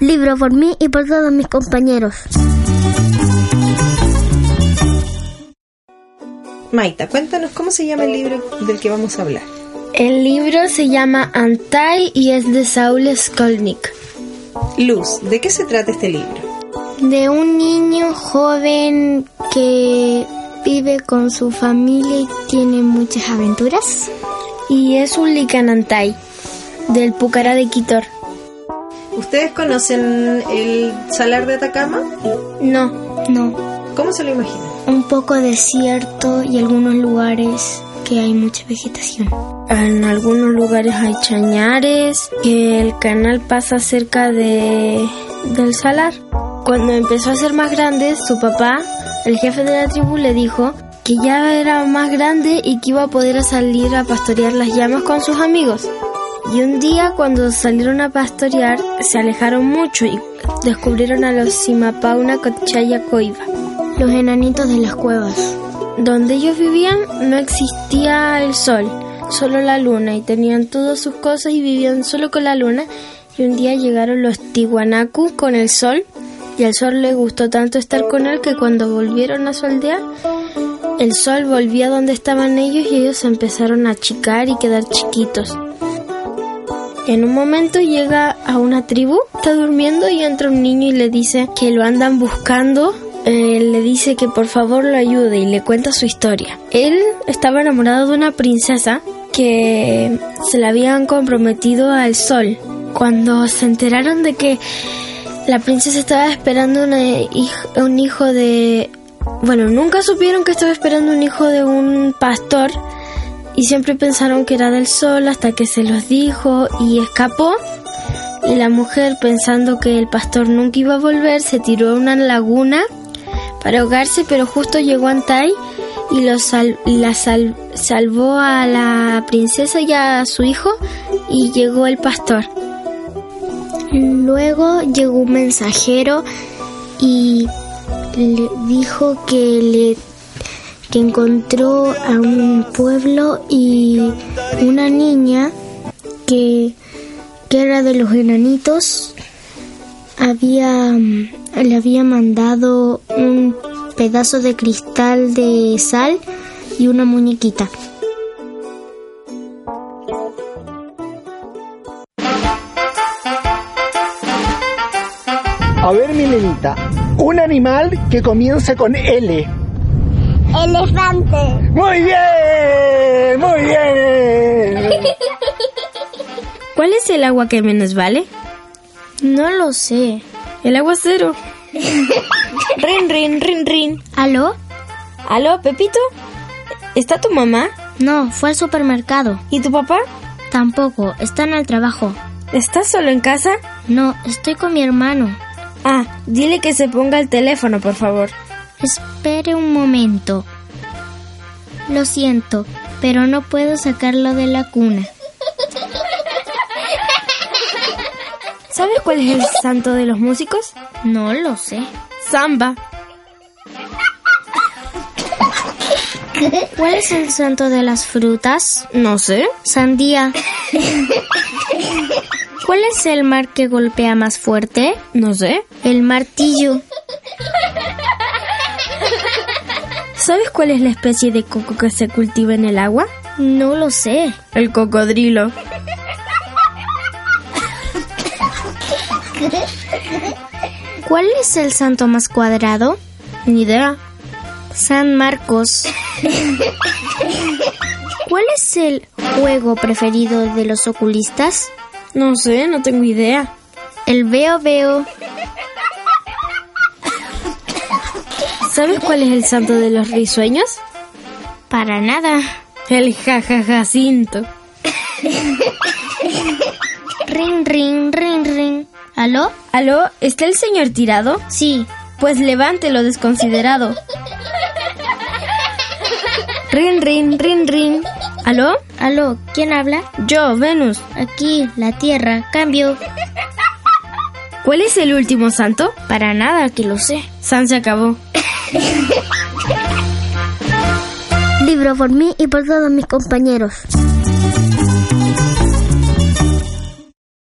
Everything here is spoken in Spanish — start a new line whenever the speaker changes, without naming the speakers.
libro por mí y por todos mis compañeros.
Maita, cuéntanos cómo se llama el libro del que vamos a hablar.
El libro se llama Antai y es de Saul Skolnick.
Luz, ¿de qué se trata este libro?
De un niño joven que vive con su familia y tiene muchas aventuras. Y es un licanantay del Pucará de Quitor.
¿Ustedes conocen el salar de Atacama?
No, no.
¿Cómo se lo imaginan?
Un poco desierto y algunos lugares que hay mucha vegetación. En algunos lugares hay chañares, que el canal pasa cerca de del salar. Cuando empezó a ser más grande, su papá, el jefe de la tribu, le dijo que ya era más grande y que iba a poder salir a pastorear las llamas con sus amigos. Y un día cuando salieron a pastorear, se alejaron mucho y descubrieron a los Simapauna Cochaya Coiba,
Los enanitos de las cuevas.
Donde ellos vivían no existía el sol, solo la luna y tenían todas sus cosas y vivían solo con la luna. Y un día llegaron los Tiwanaku con el sol y al sol le gustó tanto estar con él que cuando volvieron a su aldea, el sol volvía donde estaban ellos y ellos se empezaron a achicar y quedar chiquitos. En un momento llega a una tribu, está durmiendo y entra un niño y le dice que lo andan buscando. Eh, le dice que por favor lo ayude y le cuenta su historia. Él estaba enamorado de una princesa que se la habían comprometido al sol. Cuando se enteraron de que la princesa estaba esperando una hij- un hijo de... Bueno, nunca supieron que estaba esperando un hijo de un pastor y siempre pensaron que era del sol hasta que se los dijo y escapó. Y la mujer, pensando que el pastor nunca iba a volver, se tiró a una laguna para ahogarse, pero justo llegó Antai y los sal- la sal- salvó a la princesa y a su hijo y llegó el pastor.
Luego llegó un mensajero y le dijo que le que encontró a un pueblo y una niña que, que era de los enanitos había le había mandado un pedazo de cristal de sal y una muñequita.
A ver, mi nenita, un animal que comienza con L.
Elefante.
Muy bien, muy bien.
¿Cuál es el agua que menos vale?
No lo sé.
El aguacero. rin, rin, rin, rin.
¿Aló?
¿Aló, Pepito? ¿Está tu mamá?
No, fue al supermercado.
¿Y tu papá?
Tampoco, está en el trabajo.
¿Estás solo en casa?
No, estoy con mi hermano.
Ah, dile que se ponga el teléfono, por favor.
Espere un momento. Lo siento, pero no puedo sacarlo de la cuna.
¿Sabes cuál es el santo de los músicos?
No lo sé.
Samba.
¿Cuál es el santo de las frutas?
No sé.
Sandía. ¿Cuál es el mar que golpea más fuerte?
No sé.
El martillo.
¿Sabes cuál es la especie de coco que se cultiva en el agua?
No lo sé.
El cocodrilo.
¿Cuál es el santo más cuadrado?
Ni idea.
San Marcos. ¿Cuál es el juego preferido de los oculistas?
No sé, no tengo idea.
El veo veo.
¿Sabes cuál es el santo de los risueños?
Para nada.
El jajajacinto.
Ring, ring, ring, ring. ¿Aló?
¿Aló? ¿Está el señor tirado?
Sí.
Pues levántelo desconsiderado. Rin, rin, rin, rin. ¿Aló?
¿Aló? ¿Quién habla?
Yo, Venus.
Aquí, la tierra. Cambio.
¿Cuál es el último santo?
Para nada que lo sé.
San se acabó.
Libro por mí y por todos mis compañeros.